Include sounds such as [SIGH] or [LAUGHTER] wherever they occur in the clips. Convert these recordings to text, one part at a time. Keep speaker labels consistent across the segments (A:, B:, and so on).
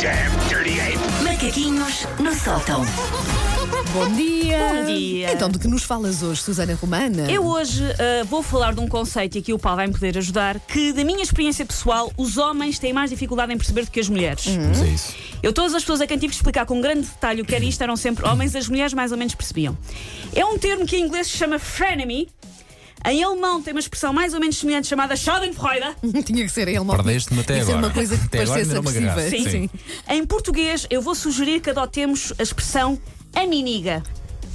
A: damn dirty ape!
B: Macaquinhos no sótão.
C: Bom dia!
D: Bom dia.
C: Então, de que nos falas hoje, Susana Romana? [LAUGHS]
D: Eu hoje ah, vou falar de um conceito, e aqui o Paulo vai me poder ajudar, que da minha experiência pessoal, os homens têm mais dificuldade em perceber do que as mulheres.
E: Mas é isso.
D: Eu, todas as pessoas a quem tive que explicar com grande detalhe o que era isto eram sempre homens, as mulheres mais ou menos percebiam. É um termo que em inglês se chama frenemy, em alemão tem uma expressão mais ou menos semelhante chamada Schadenfreude,
C: Tinha que ser ele,
D: Oh,
C: mal.
E: Perdeste-me até
C: Isso é
E: agora.
C: uma coisa que
E: Até agora
C: parecesse
E: ainda não me
C: agressiva.
E: agarraste. Sim.
D: em português eu vou sugerir que adotemos a expressão aminiga.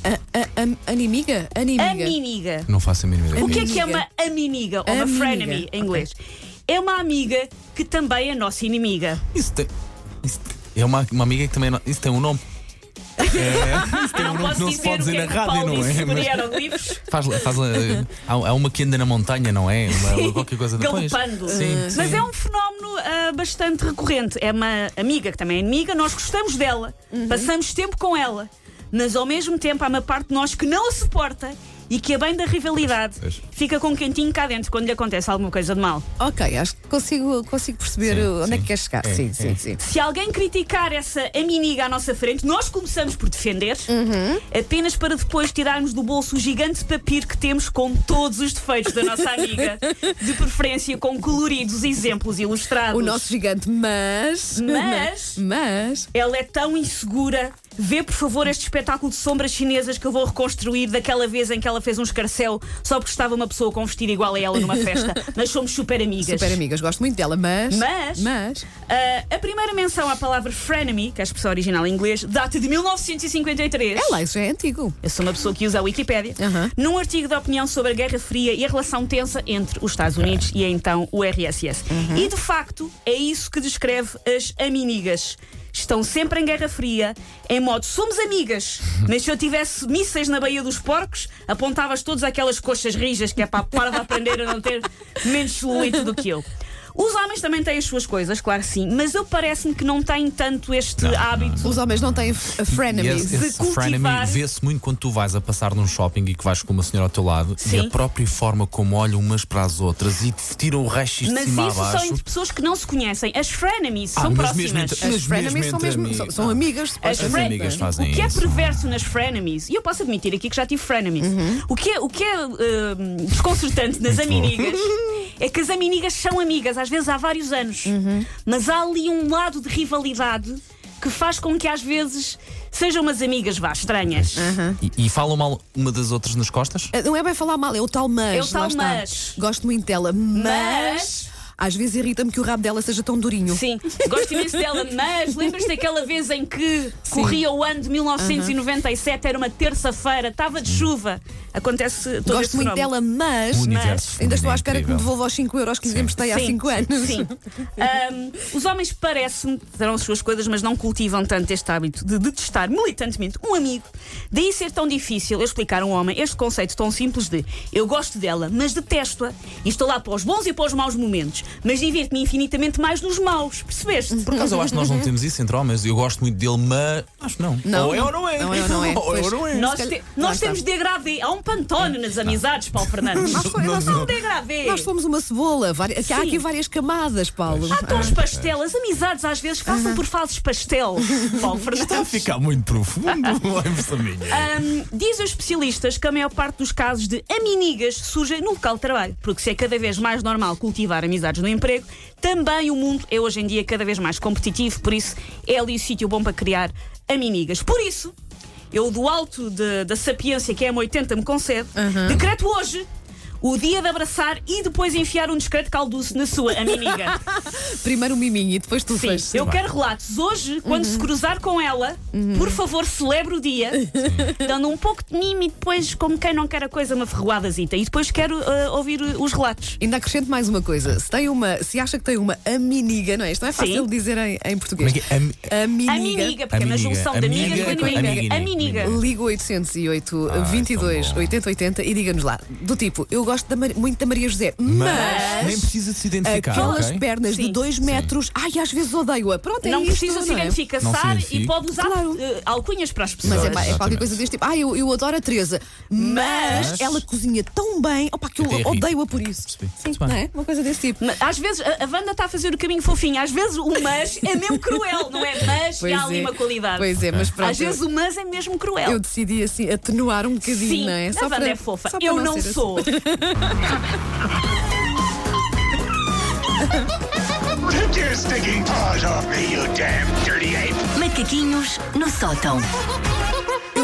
C: A- a- animiga? Animiga.
D: Aminiga.
E: Não faço a mínima ideia.
D: O que é que é
C: Amiga.
D: uma aminiga ou uma
C: Amiga,
D: frenemy
C: ok.
D: em inglês? É uma amiga que também é nossa inimiga.
E: Isso tem. Isso tem- é uma, uma amiga que também. Não, isso tem um nome. É, isso tem um
D: Não
E: nome que
D: posso
E: não se
D: dizer
E: pode
D: o que
E: dizer
D: é
E: na
D: que o
E: rádio,
D: Paulo
E: não
D: disse
E: é?
D: sobre
E: Mas
D: Aerolivros.
E: faz, faz, eh, há, há uma que anda na montanha, não é? Uma, qualquer coisa depois.
D: Galopando.
E: Sim, sim.
D: Mas é um fenómeno ah, bastante recorrente. É uma amiga que também é inimiga, nós gostamos dela, passamos tempo com ela, mas ao mesmo tempo há uma parte de nós que não a suporta e que, a bem da rivalidade,
E: Pois.
D: fica com um quentinho cá dentro quando lhe acontece alguma coisa de mal.
C: Ok, acho que consigo, consigo perceber
E: Sim,
C: onde é
E: sim.
C: que queres chegar.
E: É,
C: sim,
E: é.
C: sim, sim.
D: Se alguém criticar essa aminiga à nossa frente, nós começamos por defender, apenas para depois tirarmos do bolso o gigante papiro que temos com todos os defeitos da nossa amiga, de preferência com coloridos exemplos ilustrados.
C: O nosso gigante, mas.
D: Mas-
C: [LAUGHS] Mas.
D: Ela é tão insegura. Vê, por favor, este espetáculo de sombras chinesas que eu vou reconstruir daquela vez em que ela fez um escarcel só porque estava uma pessoa com um vestido igual
C: [LAUGHS]
D: a ela numa festa. Mas somos super amigas.
C: Super amigas, gosto muito dela, mas.
D: Mas-
C: Mas.
D: Ah, a primeira menção à palavra frenemy, que é a expressão original em inglês, data de 1953.
C: É lá, isso já é antigo.
D: Eu sou uma pessoa que usa a Wikipédia.
C: Aham.
D: Num artigo de opinião sobre a Guerra Fria e a relação tensa entre os Estados Unidos e então o RSS.
E: Uhum.
D: E de facto, é isso que descreve as aminigas. Estão sempre em Guerra Fria, em modo
E: [LAUGHS]
D: somos amigas, mas se eu tivesse mísseis na Baía dos Porcos, apontavas todas aquelas coxas rijas que é para a parva [LAUGHS] aprender a não ter menos celulite do que eu. Os homens também têm as suas coisas, claro que sim, mas eu parece-me que não têm tanto este
E: Não, não,
D: hábito
C: Os homens não têm f-
E: E
C: frenemies.
E: esse, esse
D: cultivar-
E: frenemy vê-se muito quando tu vais a passar num shopping e que vais com uma senhora ao teu lado e
D: Sim.
E: a própria forma como olham umas para as outras e te tiram o resto de
D: Mas
E: cima
D: isso
E: a
D: são
E: baixo.
D: entre pessoas que não se conhecem. As frenemies
E: Ah,
D: são
E: mas
D: próximas.
E: mesmo entre-
C: As
E: Mas
C: frenemies
E: mesmo
C: são,
E: entre
C: mesmo,
E: amigos.
C: são, são amigas.
D: As,
E: As
D: fren-
E: amigas fazem
D: O que é
E: isso.
D: perverso nas frenemies, e eu posso admitir aqui que já tive frenemies, o que é, o que é hum, desconcertante nas
E: Muito bom.
D: aminigas
E: [LAUGHS]
D: é que as aminigas são amigas, às vezes há vários anos, mas há ali um lado de rivalidade que faz com que às vezes sejam umas amigas vá estranhas.
E: E, e falam mal uma das outras nas costas?
C: Ah, Não é bem falar mal, é o tal mas.
D: É o tal
C: lá está.
D: mas.
C: Gosto muito dela, mas.
D: Mas-
C: Às vezes irrita-me que o rabo dela seja tão durinho.
D: [LAUGHS] Sim, gosto imenso dela, mas lembras-te daquela vez em que corria o ano de 1997, era uma terça-feira, estava de chuva. Acontece todo
C: Gosto
D: esse
C: muito
D: fenómeno.
C: dela, mas.
E: O universo
C: Ainda
E: feminino
C: estou
E: é
C: à espera que me
E: incrível.
C: devolva os 5 euros que lhe
E: Sim.
C: emprestei há
D: Sim,
C: 5 anos.
D: Sim. Ahm, os homens parecem terão as suas coisas, mas não cultivam tanto este hábito de detestar militantemente um amigo. Daí ser tão difícil eu explicar a um homem este conceito tão simples de eu gosto dela, mas detesto-a e estou lá para os bons e para os maus momentos, mas divirto-me infinitamente mais nos maus, percebeste?
E: Por acaso eu acho que nós não temos isso entre homens. Eu gosto muito dele, mas acho que não.
C: Uhum. Não,
E: ou é ou não é.
C: não é ou não é.
E: [LAUGHS] Ou é ou não é.
C: Pois.
D: Nós,
C: se calhar-
D: te- nós
C: lá está.
D: temos degradê. Há um pantone nas amizades, Paulo Fernandes.
C: Nós somos- nós
D: Há um
C: somos-
D: degradê.
C: Nós fomos uma cebola. várias- que Há
D: Sim.
C: aqui várias camadas, Paulo.
E: Ah,
D: Há tons pastel. As amizades às vezes passam por fases pastel, Paulo
E: Está a
D: Fernandes.
E: ficar muito profundo. [LAUGHS] Lembro-se a minha.
C: Ah.
D: Ahm, dizem os especialistas que a maior parte dos casos de aminigas surgem no local de trabalho, porque se é cada vez mais normal cultivar amizades no emprego, também o mundo é hoje em dia cada vez mais competitivo, por isso é ali o sítio bom para criar aminigas. Por isso, eu do alto de- da sapiência que é a M80 me concede, decreto hoje o dia de abraçar e depois enfiar um discreto calduço na sua aminiga.
C: [LAUGHS] Primeiro o miminho e depois tu
D: Sim,
C: fez.
D: eu quero relatos. Hoje, quando
C: Uhum.
D: se cruzar com ela, por favor, celebre
C: [LAUGHS]
D: o dia, dando um pouco de mimo e depois, como quem não quer a coisa, uma ferroadazita. E depois quero ah, ouvir uh, os relatos.
C: Ainda acrescento mais uma coisa. Se, tem uma, se acha que tem uma aminiga, não é? Isto não é fácil
D: Sim.
C: de dizer em, em
E: Como
C: português.
E: é que é? Am-
C: Aminiga.
D: A miniga, porque é uma
E: Amiga,
D: junção de amigas
E: amiga
D: com
E: com
D: inimiga.
E: amiguinha.
D: A miniga.
C: Liga 808
E: Ai,
C: 22
E: Ah, é tão bom.
C: 8080 e diga-nos lá, do tipo, eu gosto da Mar- muito da Maria José, mas.
E: Mas nem precisa de se identificar,
C: Aquelas
E: ok?
C: pernas de
D: Sim.
C: 2 metros, ai, às vezes odeio-a. Pronto, é
D: não
C: isto,
D: precisa se
C: não é?
D: identificar,
E: Não se
D: sabe?
E: identifica.
D: E pode usar
C: Claro.
D: eh, alcunhas para as pessoas.
C: Mas é,
E: Exato,
C: ma- é qualquer
E: exatamente.
C: coisa deste tipo. Ah, eu, eu adoro a Teresa, mas,
E: Mas-
C: ela cozinha tão bem, opa, que eu
E: Até ri.
C: odeio-a por isso.
E: Percebi.
C: Sim,
E: Muito
C: não
E: bem.
C: é? Uma coisa desse tipo.
D: Mas Às vezes a a Wanda está a fazer o caminho fofinho, às vezes o mas é mesmo cruel, não é? Mas e há ali uma qualidade.
C: Pois é, mas pronto.
D: às vezes o mas é mesmo cruel.
C: Eu decidi assim atenuar um bocadinho,
D: Sim,
C: não é?
D: a Wanda é fofa. Eu não,
C: ser assim.
D: sou.
A: Take your stinking paws off me, you damn dirty ape!
B: Macaquinhos no sótão.